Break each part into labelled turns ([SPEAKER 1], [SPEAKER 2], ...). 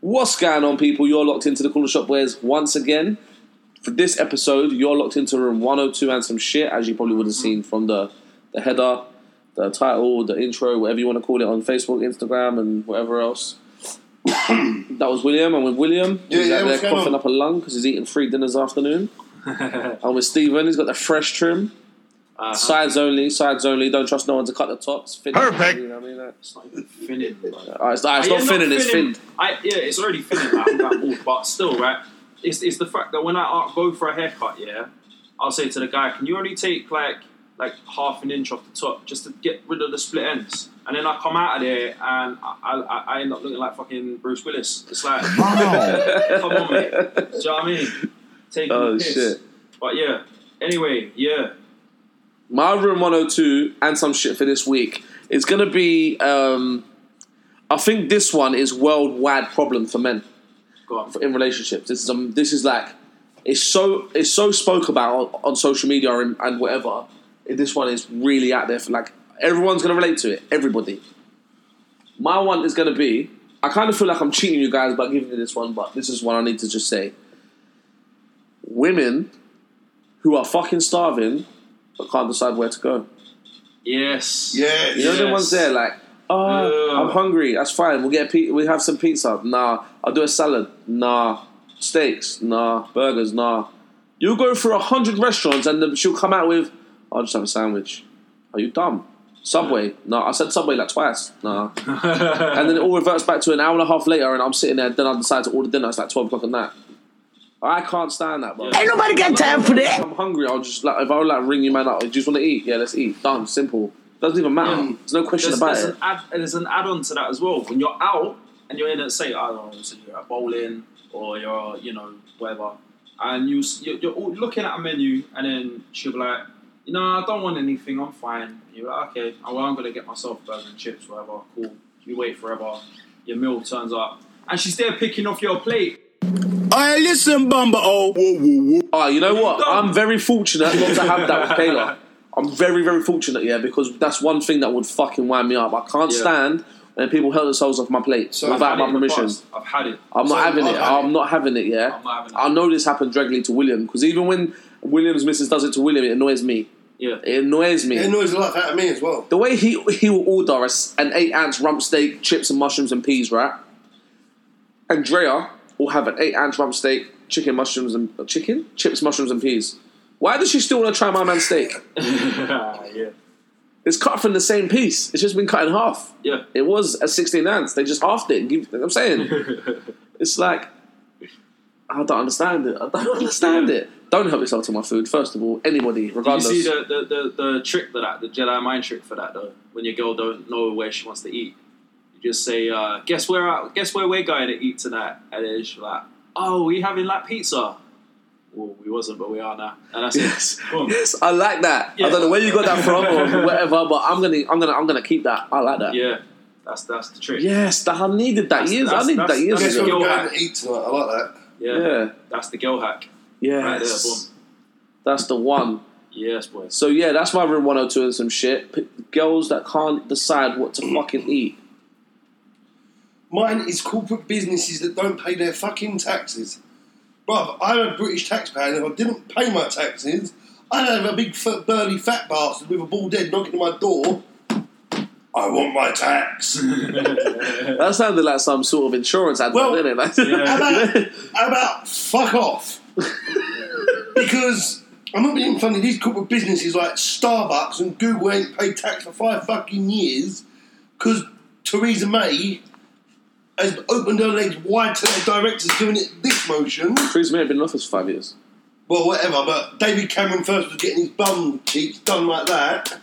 [SPEAKER 1] What's going on, people? You're locked into the Cooler Shop Wares once again. For this episode, you're locked into room 102 and some shit, as you probably would have seen from the, the header, the title, the intro, whatever you want to call it on Facebook, Instagram, and whatever else. that was William. I'm with William.
[SPEAKER 2] Yeah,
[SPEAKER 1] he's
[SPEAKER 2] yeah,
[SPEAKER 1] out there
[SPEAKER 2] what's going
[SPEAKER 1] coughing
[SPEAKER 2] on?
[SPEAKER 1] up a lung because he's eating three dinners afternoon. I'm with Steven. He's got the fresh trim.
[SPEAKER 3] Uh,
[SPEAKER 1] Sides only, sides only. Don't trust no one to cut the tops. Fin-
[SPEAKER 4] Perfect.
[SPEAKER 1] You know what I mean? Like, it's not,
[SPEAKER 3] Finning. Like.
[SPEAKER 1] alright, it's, alright, it's not finning, it's finned.
[SPEAKER 3] I, yeah, it's already finning. Like, I'm that bald, but still, right? It's, it's the fact that when I uh, go for a haircut, yeah, I'll say to the guy, "Can you only take like like half an inch off the top just to get rid of the split ends?" And then I come out of there and I, I, I end up looking like fucking Bruce Willis. It's like, come on, mate. Do you know what I mean? Taking
[SPEAKER 1] Oh,
[SPEAKER 3] the piss.
[SPEAKER 1] shit.
[SPEAKER 3] But yeah. Anyway, yeah.
[SPEAKER 1] my room 102 and some shit for this week is going to be um, i think this one is worldwide problem for men
[SPEAKER 3] Go on.
[SPEAKER 1] in relationships this is um, this is like it's so it's so spoke about on, on social media and, and whatever this one is really out there for like everyone's going to relate to it everybody my one is going to be i kind of feel like i'm cheating you guys by giving you this one but this is one i need to just say women who are fucking starving but can't decide where to go
[SPEAKER 3] Yes.
[SPEAKER 2] Yeah,
[SPEAKER 1] you know the
[SPEAKER 3] Yes.
[SPEAKER 1] ones there like, oh,
[SPEAKER 3] Yeah.
[SPEAKER 1] I'm hungry. That's fine. We'll get a pi- we'll have some pizza. Nah, I'll do a salad. Nah, steaks. Nah, burgers. Nah. You'll go through a hundred restaurants and then she'll come out with, I'll just have a sandwich. Are you dumb? Subway. Nah, I said Subway like twice. Nah. and then it all reverts back to an hour and a half later, and I'm sitting there. Then I decide to order dinner. It's like twelve o'clock at night. I can't stand that, bro.
[SPEAKER 3] Ain't
[SPEAKER 1] nobody got time for that. I'm hungry. I'll just like if I would like ring you man up. Do you just want to eat? Yeah, let's eat. Done. Simple. Doesn't even matter.
[SPEAKER 3] Yeah.
[SPEAKER 1] There's no question
[SPEAKER 3] there's,
[SPEAKER 1] about
[SPEAKER 3] there's
[SPEAKER 1] it.
[SPEAKER 3] An add, there's an add-on to that as well. When you're out and you're in, at, say, I don't know, so you're at bowling or you're, you know, whatever, and you, s- you're, you're all looking at a menu and then she'll be like, you know, I don't want anything, I'm fine. And you're like, okay, oh, well, I'm going to get myself a burger and chips, whatever, cool. You wait forever, your meal turns up, and she's there picking off your plate.
[SPEAKER 4] I listen, Bumba. Oh, whoa, whoa, whoa.
[SPEAKER 1] Oh, you know what?
[SPEAKER 3] Done.
[SPEAKER 1] I'm very fortunate not to have that with Kayla. I'm very, very fortunate, yeah, because that's one thing that would fucking wind me up. I can't
[SPEAKER 3] Yeah.
[SPEAKER 1] stand when people held themselves off my plate
[SPEAKER 2] So
[SPEAKER 1] without
[SPEAKER 3] I've had
[SPEAKER 1] my
[SPEAKER 3] it in the
[SPEAKER 1] permission.
[SPEAKER 3] past. I've had it.
[SPEAKER 1] I'm
[SPEAKER 2] So
[SPEAKER 1] not having
[SPEAKER 2] I've
[SPEAKER 1] it.
[SPEAKER 2] had
[SPEAKER 1] I'm
[SPEAKER 2] it.
[SPEAKER 1] not having it. Yeah,
[SPEAKER 3] I'm not having it.
[SPEAKER 1] I know this happened directly to William because even when William's missus does it to William, it annoys me.
[SPEAKER 3] Yeah.
[SPEAKER 1] It annoys me.
[SPEAKER 2] it annoys the life out of me as well.
[SPEAKER 1] the way he he will order us an eight ounce rump steak, chips and mushrooms and peas, right? Andrea will have an eight ounce rump steak, chicken, mushrooms and uh, chicken, chips, mushrooms and peas. Why does she still want to try my man's steak?
[SPEAKER 3] yeah.
[SPEAKER 1] It's cut from the same piece. It's just been cut in half.
[SPEAKER 3] Yeah.
[SPEAKER 1] It was a 16 ounce. They just halved it. and give- I'm saying, it's like I don't understand it. I don't understand it. Don't help yourself to my food. First of all, anybody,
[SPEAKER 3] Did you
[SPEAKER 1] regardless.
[SPEAKER 3] see the, the, the, the trick for that, the Jedi mind trick for that though? When your girl don't know where she wants to eat, you just say, uh, "Guess where? I, guess where we're going to eat tonight?" And then she's like, "Oh, we having like pizza." Well, we wasn't, but we are now, and that's
[SPEAKER 1] Yes,
[SPEAKER 3] it. Boom.
[SPEAKER 1] yes, I like that. I
[SPEAKER 3] Yeah.
[SPEAKER 1] don't know where you got that from or whatever, but I'm gonna, I'm gonna, I'm gonna keep that. I like that.
[SPEAKER 3] Yeah, that's that's the trick.
[SPEAKER 1] Yes, that I needed that
[SPEAKER 3] That's-
[SPEAKER 1] years. I
[SPEAKER 3] that's-
[SPEAKER 1] needed that
[SPEAKER 3] that's-
[SPEAKER 1] years
[SPEAKER 2] Guess
[SPEAKER 3] that's
[SPEAKER 2] what
[SPEAKER 1] ago.
[SPEAKER 3] your-
[SPEAKER 2] we're
[SPEAKER 3] Yo,
[SPEAKER 2] going
[SPEAKER 3] I-
[SPEAKER 2] to eat tonight? I like that.
[SPEAKER 3] yeah,
[SPEAKER 1] Yeah,
[SPEAKER 3] that's the girl hack. Right there, boom.
[SPEAKER 1] yes, that's the one.
[SPEAKER 3] Yes, boys.
[SPEAKER 1] So yeah, that's my room 102 and some shit. P- girls that can't decide what to fucking eat.
[SPEAKER 2] Mine is corporate businesses that don't pay their fucking taxes. Bruv, I'm a British taxpayer, and if I didn't pay my taxes, I'd have a big fat, burly fat bastard with a bald head knocking at my door. I want my tax.
[SPEAKER 1] That sounded like some sort of insurance advert,
[SPEAKER 2] Well,
[SPEAKER 1] didn't it? Like-
[SPEAKER 2] How about, how about fuck off? because I'm not being funny. These corporate businesses like Starbucks and Google ain't paid tax for five fucking years because Theresa May has opened her legs wide to their directors doing it this motion.
[SPEAKER 1] Theresa May had been in office for five years.
[SPEAKER 2] Well, whatever. But David Cameron first was getting his bum cheeks done like that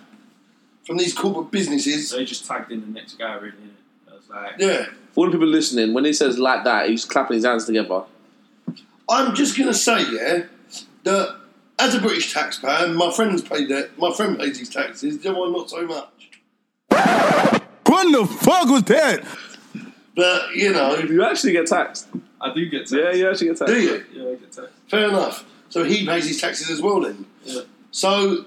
[SPEAKER 2] from these corporate businesses.
[SPEAKER 3] So he just tagged in the next guy, really. innit? I was like,
[SPEAKER 2] Yeah.
[SPEAKER 1] For all the people listening, when he says like that, he's clapping his hands together.
[SPEAKER 2] I'm just gonna say, yeah, that as a British taxpayer, my friends pay their my friend pays his taxes, the other one not so much.
[SPEAKER 4] What the fuck was that?
[SPEAKER 2] But you know,
[SPEAKER 1] You actually get taxed.
[SPEAKER 3] I do get text.
[SPEAKER 1] Yeah, you actually get taxed.
[SPEAKER 2] do you?
[SPEAKER 3] yeah, I get text.
[SPEAKER 2] Fair enough. So he pays his taxes as well then.
[SPEAKER 3] Yeah.
[SPEAKER 2] So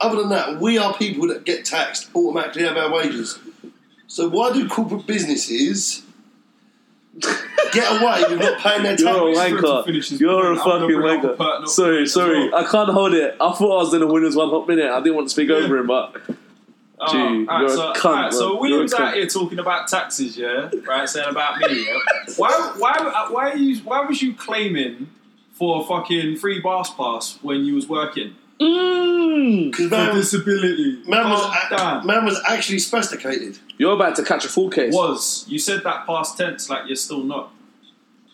[SPEAKER 2] other than that, we are people that get taxed automatically have our wages. So why do corporate businesses get away with not paying their
[SPEAKER 1] You're a
[SPEAKER 2] tax.
[SPEAKER 1] wanker.
[SPEAKER 3] finish his
[SPEAKER 1] You're a
[SPEAKER 3] point. I'm gonna
[SPEAKER 1] fucking
[SPEAKER 3] bring up a
[SPEAKER 1] wanker.
[SPEAKER 3] pertinent
[SPEAKER 1] Sorry,
[SPEAKER 3] point as
[SPEAKER 1] sorry.
[SPEAKER 3] well.
[SPEAKER 1] I can't hold it. I thought I was in the winners one hot minute. I didn't want to speak over him, but
[SPEAKER 3] Oh,
[SPEAKER 1] Gee, you're a
[SPEAKER 3] so,
[SPEAKER 1] cunt,
[SPEAKER 3] alright, so
[SPEAKER 1] bro.
[SPEAKER 3] William's
[SPEAKER 1] You're a
[SPEAKER 3] out
[SPEAKER 1] cunt.
[SPEAKER 3] here talking about taxes, yeah, right? Saying about me. Yeah? why, why, why are you? Why was you claiming for a fucking free bus pass when you was working?
[SPEAKER 1] Mm.
[SPEAKER 2] Because man, was-
[SPEAKER 3] disability.
[SPEAKER 2] man, was
[SPEAKER 3] Calm
[SPEAKER 2] act-
[SPEAKER 3] down.
[SPEAKER 2] man was actually spasticated.
[SPEAKER 1] you're about to catch a full case.
[SPEAKER 3] was you said that past tense like you're still not,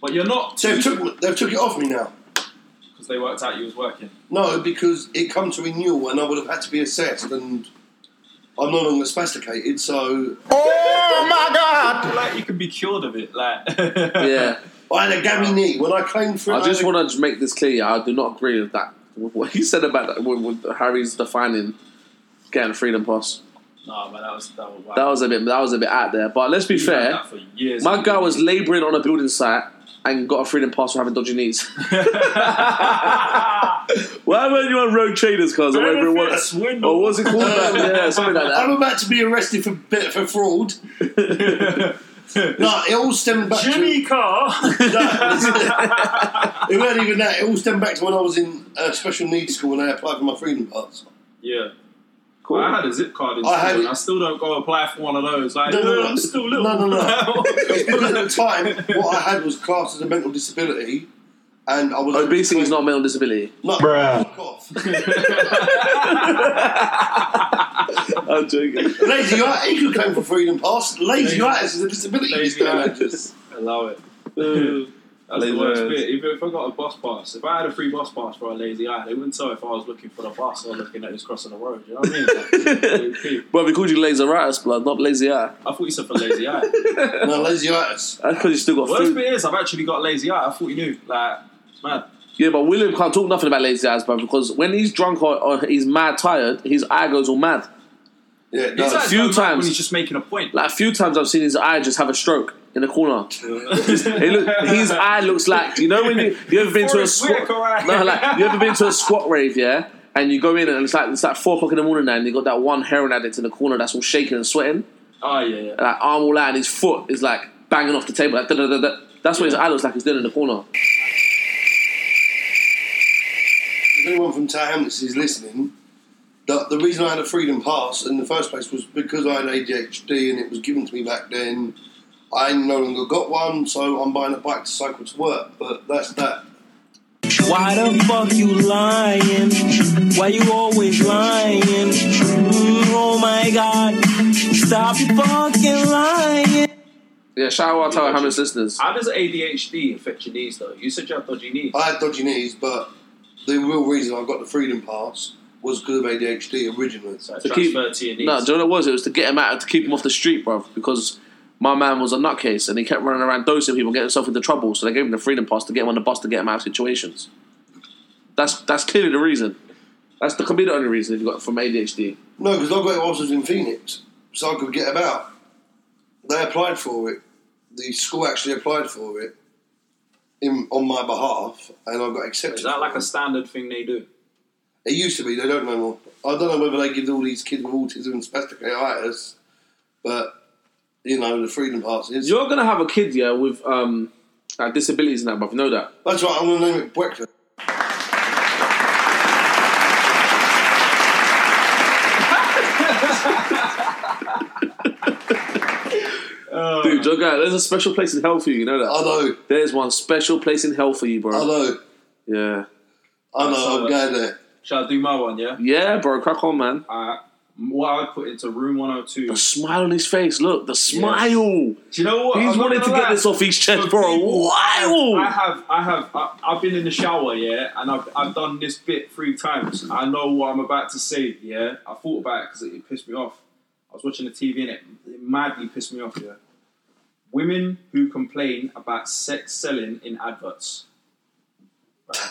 [SPEAKER 3] but you're not
[SPEAKER 2] They've
[SPEAKER 3] because
[SPEAKER 2] took, they've took it off me now.
[SPEAKER 3] they worked out you was working.
[SPEAKER 2] No, because it come to renewal and I would have had to be assessed and I'm no longer spasticated, so
[SPEAKER 4] Oh my
[SPEAKER 3] I
[SPEAKER 4] God!
[SPEAKER 3] feel like you could be cured of it, like
[SPEAKER 1] Yeah.
[SPEAKER 2] I had a gammy knee. When I claimed for it,
[SPEAKER 1] I just
[SPEAKER 2] had a-
[SPEAKER 1] want to make this clear. I do not agree with that. With what he said about that, with, with Harry's defining getting a freedom pass.
[SPEAKER 3] No, but that was that was, wow.
[SPEAKER 1] That was a bit. That was a bit out there. But let's be
[SPEAKER 3] You've done
[SPEAKER 1] fair.
[SPEAKER 3] that for years.
[SPEAKER 1] My guy was labouring on a building site and got a freedom pass for having dodgy knees.
[SPEAKER 3] Ah,
[SPEAKER 1] Why weren't you on road traders, cause or whatever it was?
[SPEAKER 3] Swindle.
[SPEAKER 1] Or Oh, what was it called? yeah, something like that.
[SPEAKER 2] I'm about to be arrested for bit for fraud. no, it all stemmed back
[SPEAKER 3] Jimmy Carr.
[SPEAKER 2] to no, It weren't even that, it all stemmed back to when I was in uh, special needs school and I applied for my freedom pass.
[SPEAKER 3] yeah.
[SPEAKER 1] Cool.
[SPEAKER 3] I had a zip card in
[SPEAKER 2] I
[SPEAKER 3] school.
[SPEAKER 2] had
[SPEAKER 3] and
[SPEAKER 2] it.
[SPEAKER 3] I still don't go apply for one of those. Like,
[SPEAKER 2] No, no,
[SPEAKER 3] "Yeah,
[SPEAKER 2] no.
[SPEAKER 3] I'm still little.
[SPEAKER 2] No, no, no. It's because at the time what I had was classed as a mental disability and I was
[SPEAKER 1] Obesity is not a mental disability.
[SPEAKER 2] No, fuck off.
[SPEAKER 1] I'm joking.
[SPEAKER 2] Lazy Art, he could claim for freedom pass. Lazy
[SPEAKER 3] Lazy-
[SPEAKER 2] Artis is a disability.
[SPEAKER 3] Lazy
[SPEAKER 2] Mr.
[SPEAKER 3] Art.
[SPEAKER 2] Andrews.
[SPEAKER 3] Allow it.
[SPEAKER 1] Uh,
[SPEAKER 3] That's
[SPEAKER 1] Lazy
[SPEAKER 3] the worst
[SPEAKER 1] eyes.
[SPEAKER 3] bit. Even if I got a bus pass, if I had a free bus pass for a lazy eye, they wouldn't tell if I was looking for the bus or looking at who's crossing the road. You know what I mean? Like,
[SPEAKER 1] Bro, we called you laser artist, blood, not lazy eye.
[SPEAKER 3] I thought you said for lazy eye.
[SPEAKER 2] No, Lazy Artis.
[SPEAKER 1] That's because you still got
[SPEAKER 3] Worst
[SPEAKER 1] food.
[SPEAKER 3] bit is I've actually got lazy eye. I thought you knew. Like, it's mad.
[SPEAKER 1] Yeah, but William can't talk nothing about lazy eyes, bro, because when he's drunk or, or he's mad tired, his eye goes all mad.
[SPEAKER 2] Yeah,
[SPEAKER 3] He's
[SPEAKER 2] no.
[SPEAKER 3] like
[SPEAKER 1] few
[SPEAKER 3] going back
[SPEAKER 1] times.
[SPEAKER 3] when he's just making a point.
[SPEAKER 1] Like a few times I've seen his eye just have a stroke in the corner. He look, his eye looks like you know when you, you ever been to a
[SPEAKER 3] Forrest
[SPEAKER 1] squat.
[SPEAKER 3] Whitaker eye.
[SPEAKER 1] No, like you ever been to a squat rave, yeah? And you go in and it's like it's like four o'clock in the morning now, and you got that one heroin addict in the corner that's all shaking and sweating,
[SPEAKER 3] Oh yeah, yeah.
[SPEAKER 1] and like arm all out, and his foot is like banging off the table. Like, da, da, da, da. That's what his eye looks like. He's doing in the corner.
[SPEAKER 2] If anyone from Hamlets is listening, the, the reason I had a freedom pass in the first place was because I had ADHD and it was given to me back then. I no longer got one, so I'm buying a bike to cycle to work. But that's that.
[SPEAKER 5] Why the fuck you lying? Why you always lying? Mm, oh my god, stop fucking lying.
[SPEAKER 1] Yeah, shout out to our Hamlet's listeners.
[SPEAKER 3] How does ADHD affect your knees though? You said you have dodgy
[SPEAKER 1] Oh,
[SPEAKER 3] knees.
[SPEAKER 2] I had dodgy knees, but the real reason I got the freedom pass was because of ADHD originally.
[SPEAKER 3] So
[SPEAKER 1] To
[SPEAKER 3] transfer
[SPEAKER 1] keep-
[SPEAKER 3] to your knees.
[SPEAKER 1] No, do you know what it was? It was to get him out, to keep him off the street, bruv, because my man was a nutcase and he kept running around dosing people, getting himself into trouble. So they gave him the freedom pass to get him on the bus to get him out of situations. That's that's clearly the reason. That's the could be the only reason he got from ADHD.
[SPEAKER 2] No, because I got it whilst I was in Phoenix, so I could get about. They applied for it. The school actually applied for it in, on my behalf, and I got accepted.
[SPEAKER 3] Is that like
[SPEAKER 2] for
[SPEAKER 3] a standard thing they do?
[SPEAKER 2] it. It used to be. They don't know more. I don't know whether they give all these kids with autism and spasticaitis, but you know the freedom pass is.
[SPEAKER 1] You're gonna have a kid, yeah, with um like disabilities and that, bruv. You know that.
[SPEAKER 2] That's right. I'm gonna name it breakfast.
[SPEAKER 1] Dude, your guy, there's a special place in hell for you, you know that.
[SPEAKER 2] I know.
[SPEAKER 1] There's one special place in hell for you,
[SPEAKER 2] I
[SPEAKER 1] bro.
[SPEAKER 2] know.
[SPEAKER 1] Yeah.
[SPEAKER 2] I know. I'm
[SPEAKER 3] So-
[SPEAKER 2] going there.
[SPEAKER 3] Shall I do my one? Yeah.
[SPEAKER 1] Yeah, bro, crack on man.
[SPEAKER 3] I, Uh, what I would put into room 102.
[SPEAKER 1] The smile on his face, look, the smile.
[SPEAKER 3] Do you know what?
[SPEAKER 1] He's
[SPEAKER 3] I'm not
[SPEAKER 1] wanted to
[SPEAKER 3] gonna
[SPEAKER 1] get
[SPEAKER 3] lie.
[SPEAKER 1] this off his chest for a
[SPEAKER 3] people-
[SPEAKER 1] while.
[SPEAKER 3] I have, I have, I, I've been in the shower, yeah, and I've, I've done this bit three times. I know what I'm about to say, yeah. I thought about it because it, it pissed me off. I was watching the TV and it, it madly pissed me off, yeah. Women who complain about sex selling in adverts. Right.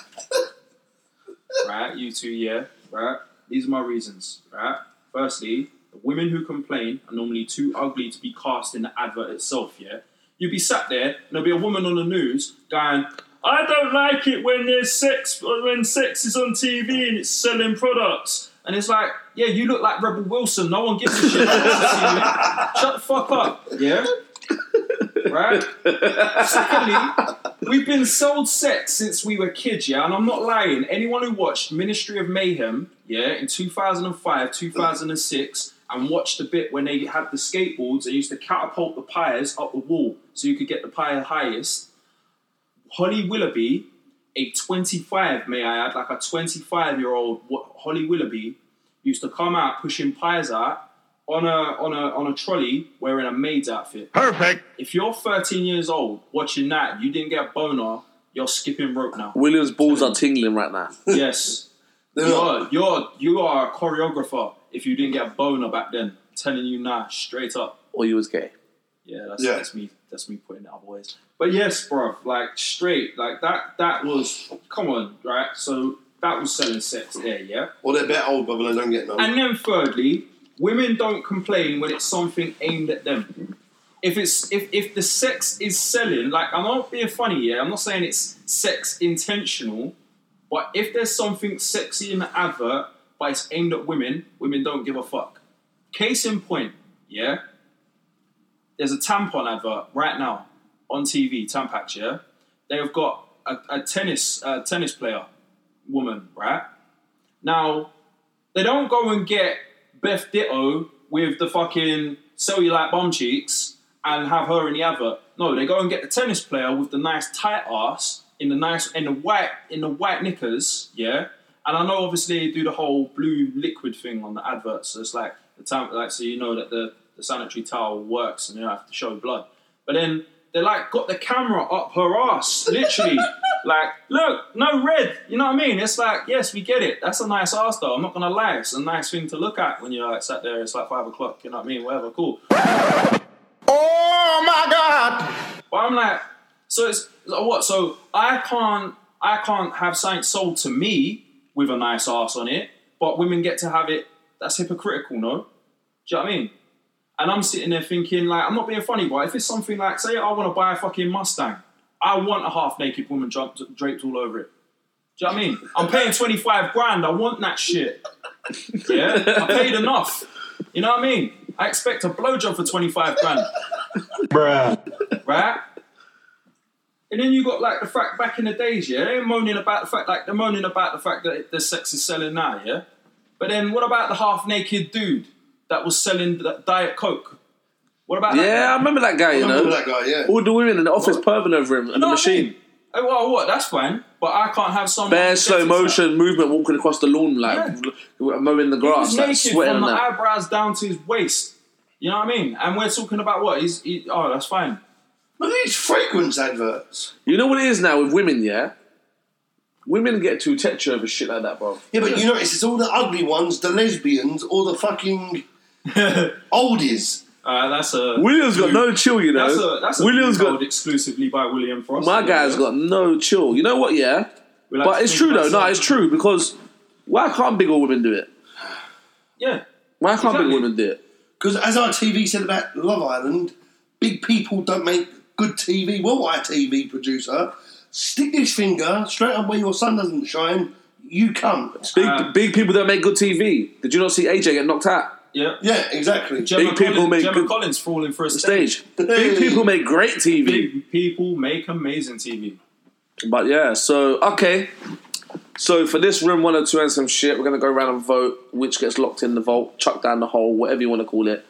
[SPEAKER 3] right, you two, yeah, right. These are my reasons, right. Firstly, the women who complain are normally too ugly to be cast in the advert itself, yeah. You'd be sat there and there'll be a woman on the news going, I don't like it when there's sex when sex is on TV and it's selling products. And it's like, yeah, you look like Rebel Wilson. No one gives a shit. Shut the fuck up. Yeah. right? Secondly, we've been sold sex since we were kids, yeah, and I'm not lying. Anyone who watched Ministry of Mayhem, yeah, in 2005, 2006, and watched the bit when they had the skateboards and used to catapult the pyres up the wall so you could get the pyre highest, Holly Willoughby, a 25, may I add, like a 25 year old Holly Willoughby, used to come out pushing pyres out on a on a on a trolley wearing a maid's outfit.
[SPEAKER 4] Perfect.
[SPEAKER 3] If you're 13 years old watching that, you didn't get a boner. You're skipping rope now.
[SPEAKER 1] William's balls are tingling right now.
[SPEAKER 3] yes,
[SPEAKER 2] They're
[SPEAKER 3] you
[SPEAKER 2] not.
[SPEAKER 3] are you're you are a choreographer. If you didn't get a boner back then, I'm telling you now, straight up.
[SPEAKER 1] Or you Oh, was gay.
[SPEAKER 3] Yeah, that's,
[SPEAKER 2] Yeah.
[SPEAKER 3] that's me. That's me putting it other ways. But yes, bruv, like straight, like that. That was come on, right? So that was selling sex there, yeah.
[SPEAKER 2] Or they're a bit old, brother, they don't get none.
[SPEAKER 3] And then thirdly, women don't complain when it's something aimed at them. If it's if, if the sex is selling, like I'm not being funny, yeah, I'm not saying it's sex intentional, but if there's something sexy in the advert, but it's aimed at women, women don't give a fuck. Case in point, yeah. There's a tampon advert right now on TV, Tampax, yeah. They've got a, a tennis a tennis player, woman, right? Now, they don't go and get Beth Ditto with the fucking cellulite bum cheeks and have her in the advert. No, they go and get the tennis player with the nice tight ass in the nice in the white in the white knickers, yeah. And I know obviously they do the whole blue liquid thing on the advert, so it's like the time like so you know that the, the sanitary towel works and you don't have to show blood. But then they like got the camera up her ass, literally. like, look, no red. You know what I mean? It's like, yes, we get it. That's a nice ass though. I'm not gonna lie, it's a nice thing to look at when you're like sat there. It's like five o'clock. You know what I mean? Whatever, cool.
[SPEAKER 4] Oh my God.
[SPEAKER 3] But I'm like, so it's so what? So I can't, I can't have something sold to me with a nice ass on it, but women get to have it. That's hypocritical, no? Do you know what I mean? And I'm sitting there thinking, like, I'm not being funny, but if it's something like, say, I want to buy a fucking Mustang, I want a half naked woman draped, draped all over it. Do you know what I mean? I'm paying 25 grand, I want that shit. Yeah? I paid enough. You know what I mean? I expect a blowjob for 25 grand right? And then you got like the fact back in the days, yeah, they're moaning about the fact, like they're moaning about the fact that the sex is selling now, yeah. But then what about the half naked dude that was selling that diet coke? What about that?
[SPEAKER 1] Yeah, I remember that guy, you
[SPEAKER 2] I remember
[SPEAKER 1] know.
[SPEAKER 2] that guy, yeah.
[SPEAKER 1] All the women in the office perving over him and the
[SPEAKER 3] No, I
[SPEAKER 1] machine.
[SPEAKER 3] mean, eh, well, what? That's fine, but I can't have someone
[SPEAKER 1] Bare
[SPEAKER 3] who
[SPEAKER 1] slow
[SPEAKER 3] gets
[SPEAKER 1] motion movement walking across the lawn, like
[SPEAKER 3] Yeah.
[SPEAKER 1] l- mowing the
[SPEAKER 3] He
[SPEAKER 1] grass,
[SPEAKER 3] was
[SPEAKER 1] like
[SPEAKER 3] naked
[SPEAKER 1] sweating
[SPEAKER 3] from
[SPEAKER 1] and
[SPEAKER 3] the
[SPEAKER 1] that.
[SPEAKER 3] eyebrows down to his waist. You know what I mean? And we're talking about what? He's he, oh, that's fine.
[SPEAKER 2] Look at these fragrance adverts.
[SPEAKER 1] You know what it is now with women, yeah? Women get too tetchy over shit like that, bro.
[SPEAKER 2] Yeah, but you notice it's all the ugly ones, the lesbians, or the fucking oldies.
[SPEAKER 3] Uh, that's a
[SPEAKER 1] William's got no chill, you know.
[SPEAKER 3] That's a that's a
[SPEAKER 1] William's
[SPEAKER 3] got
[SPEAKER 1] got
[SPEAKER 3] exclusively by William Frost.
[SPEAKER 1] my guy's
[SPEAKER 3] Yeah.
[SPEAKER 1] got no chill. You know what? Yeah,
[SPEAKER 3] We like
[SPEAKER 1] but
[SPEAKER 3] to
[SPEAKER 1] it's
[SPEAKER 3] think
[SPEAKER 1] true though.
[SPEAKER 3] about
[SPEAKER 1] No,
[SPEAKER 3] something.
[SPEAKER 1] it's true because why can't big old women do it?
[SPEAKER 3] Yeah.
[SPEAKER 1] Why can't
[SPEAKER 3] Exactly.
[SPEAKER 1] big women do it?
[SPEAKER 2] Because as our TV said about Love Island, big people don't make good TV. Well, I TV producer, stick this finger straight up where your sun doesn't shine. You come.
[SPEAKER 1] Big
[SPEAKER 3] Uh,
[SPEAKER 1] big people don't make good TV. Did you not see AJ get knocked out
[SPEAKER 3] Yeah.
[SPEAKER 2] Yeah, exactly.
[SPEAKER 3] Gemma
[SPEAKER 1] Big people
[SPEAKER 3] Collins,
[SPEAKER 1] make
[SPEAKER 3] Gemma
[SPEAKER 1] good-
[SPEAKER 3] Collins falling for a
[SPEAKER 1] the
[SPEAKER 3] stage.
[SPEAKER 1] stage? Big people make great TV.
[SPEAKER 3] Big people make amazing TV.
[SPEAKER 1] But yeah, so okay. So for this room 102 and some shit, we're gonna go around and vote which gets locked in the vault, chucked down the hole, whatever you want to call it.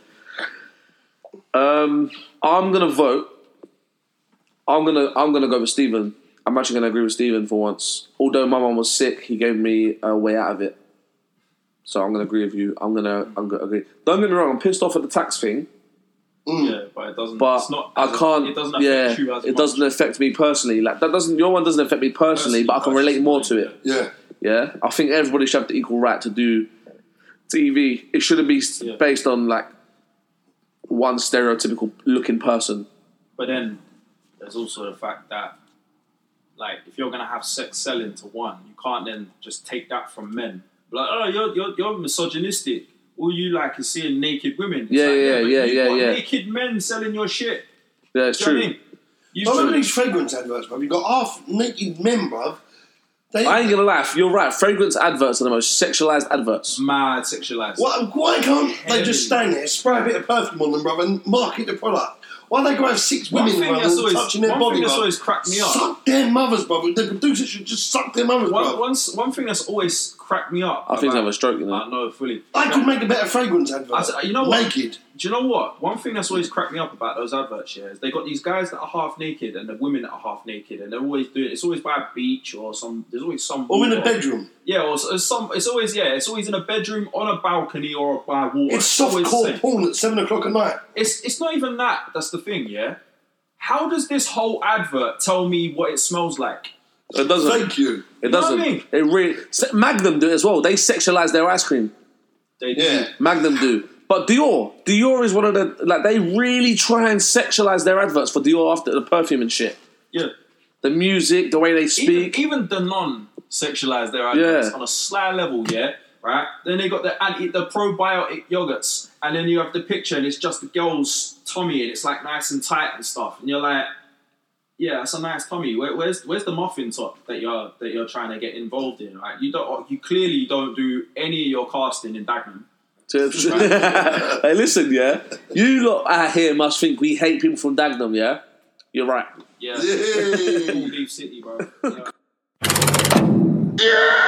[SPEAKER 1] Um, I'm gonna vote. I'm gonna I'm gonna go with Stephen. I'm actually gonna agree with Stephen for once. Although my mum was sick, he gave me a way out of it. So I'm gonna agree with you. I'm gonna I'm gonna agree. Don't get me wrong. I'm pissed off at the tax thing,
[SPEAKER 3] Yeah, but it doesn't.
[SPEAKER 1] but
[SPEAKER 3] it's not,
[SPEAKER 1] I can't.
[SPEAKER 3] It doesn't
[SPEAKER 1] yeah,
[SPEAKER 3] affect you as
[SPEAKER 1] it
[SPEAKER 3] much.
[SPEAKER 1] doesn't affect me personally. Like that doesn't your one doesn't affect me personally, but I can relate more to it.
[SPEAKER 2] Yeah.
[SPEAKER 1] Yeah, I think everybody should have the equal right to do TV. It shouldn't be s
[SPEAKER 3] Yeah.
[SPEAKER 1] based on like one stereotypical looking person.
[SPEAKER 3] But then there's also the fact that, like, if you're gonna have sex selling to one, you can't then just take that from men. Like, oh, you're you're, you're misogynistic. All you like is seeing naked women. It's
[SPEAKER 1] Yeah,
[SPEAKER 3] like,
[SPEAKER 1] yeah,
[SPEAKER 3] but
[SPEAKER 1] yeah,
[SPEAKER 3] you've
[SPEAKER 1] yeah,
[SPEAKER 3] got
[SPEAKER 1] yeah.
[SPEAKER 3] Naked men selling your shit.
[SPEAKER 1] Yeah, it's
[SPEAKER 3] Do
[SPEAKER 1] true.
[SPEAKER 3] you know what I mean? You
[SPEAKER 2] Not
[SPEAKER 3] should-
[SPEAKER 2] these fragrance adverts, bruv. You've got half naked men, bruv. They,
[SPEAKER 1] I ain't gonna laugh. You're right. Fragrance adverts are the most sexualized adverts.
[SPEAKER 3] mad sexualized.
[SPEAKER 2] why, why can't they just stand there, spray a bit of perfume on them, bruv, and market the product? Why they go have six
[SPEAKER 3] One
[SPEAKER 2] women
[SPEAKER 3] thing
[SPEAKER 2] around
[SPEAKER 3] that's
[SPEAKER 2] all
[SPEAKER 3] always-
[SPEAKER 2] touching their
[SPEAKER 3] one
[SPEAKER 2] body?
[SPEAKER 3] thing that's
[SPEAKER 2] bruv?
[SPEAKER 3] always cracked me up.
[SPEAKER 2] Suck their mothers, brother. The producers should just suck their mothers,
[SPEAKER 3] One,
[SPEAKER 2] brother.
[SPEAKER 3] one, one thing that's always cracked me up.
[SPEAKER 1] I think he's
[SPEAKER 3] about-
[SPEAKER 1] having a stroke, you know.
[SPEAKER 3] I know fully.
[SPEAKER 2] I could make a better fragrance advert.
[SPEAKER 3] I said, you know what?
[SPEAKER 2] Naked.
[SPEAKER 3] Do you know what? One thing that's always cracked me up about those adverts, yeah, is they got these guys that are half naked and the women that are half naked, and they're always doing. It's always by a beach or some. There's always some.
[SPEAKER 2] Or in a
[SPEAKER 3] water.
[SPEAKER 2] bedroom.
[SPEAKER 3] Yeah, or s- it's some. It's always yeah. It's always in a bedroom, on a balcony, or by water.
[SPEAKER 2] It's
[SPEAKER 3] always the same.
[SPEAKER 2] softcore porn at seven o'clock at night.
[SPEAKER 3] It's it's not even that. That's the thing, yeah. How does this whole advert tell me what it smells like?
[SPEAKER 1] It doesn't.
[SPEAKER 2] Thank you.
[SPEAKER 1] It
[SPEAKER 3] know what
[SPEAKER 1] doesn't.
[SPEAKER 3] I mean?
[SPEAKER 1] It really. Se- Magnum do it as well. They sexualize their ice cream.
[SPEAKER 3] They do.
[SPEAKER 2] Yeah.
[SPEAKER 1] Magnum do. But Dior, Dior is one of the like they really try and sexualize their adverts for Dior after the perfume and shit.
[SPEAKER 3] Yeah.
[SPEAKER 1] The music, the way they speak.
[SPEAKER 3] Even, even the non sexualized their
[SPEAKER 1] Yeah.
[SPEAKER 3] adverts on a sly level, yeah. Right. Then they got the anti the probiotic yogurts, and then you have the picture, and it's just the girl's tummy, and it's like nice and tight and stuff, and you're like. Yeah, that's a nice tummy. Where, where's where's the muffin top that you're that you're trying to get involved in? Right, you don't you clearly don't do any of your casting in Dagenham.
[SPEAKER 1] hey, listen, yeah. You lot out here must think we hate people from Dagnum, yeah? You're right.
[SPEAKER 2] Yay.
[SPEAKER 3] Yeah, Leave City, bro. Yeah.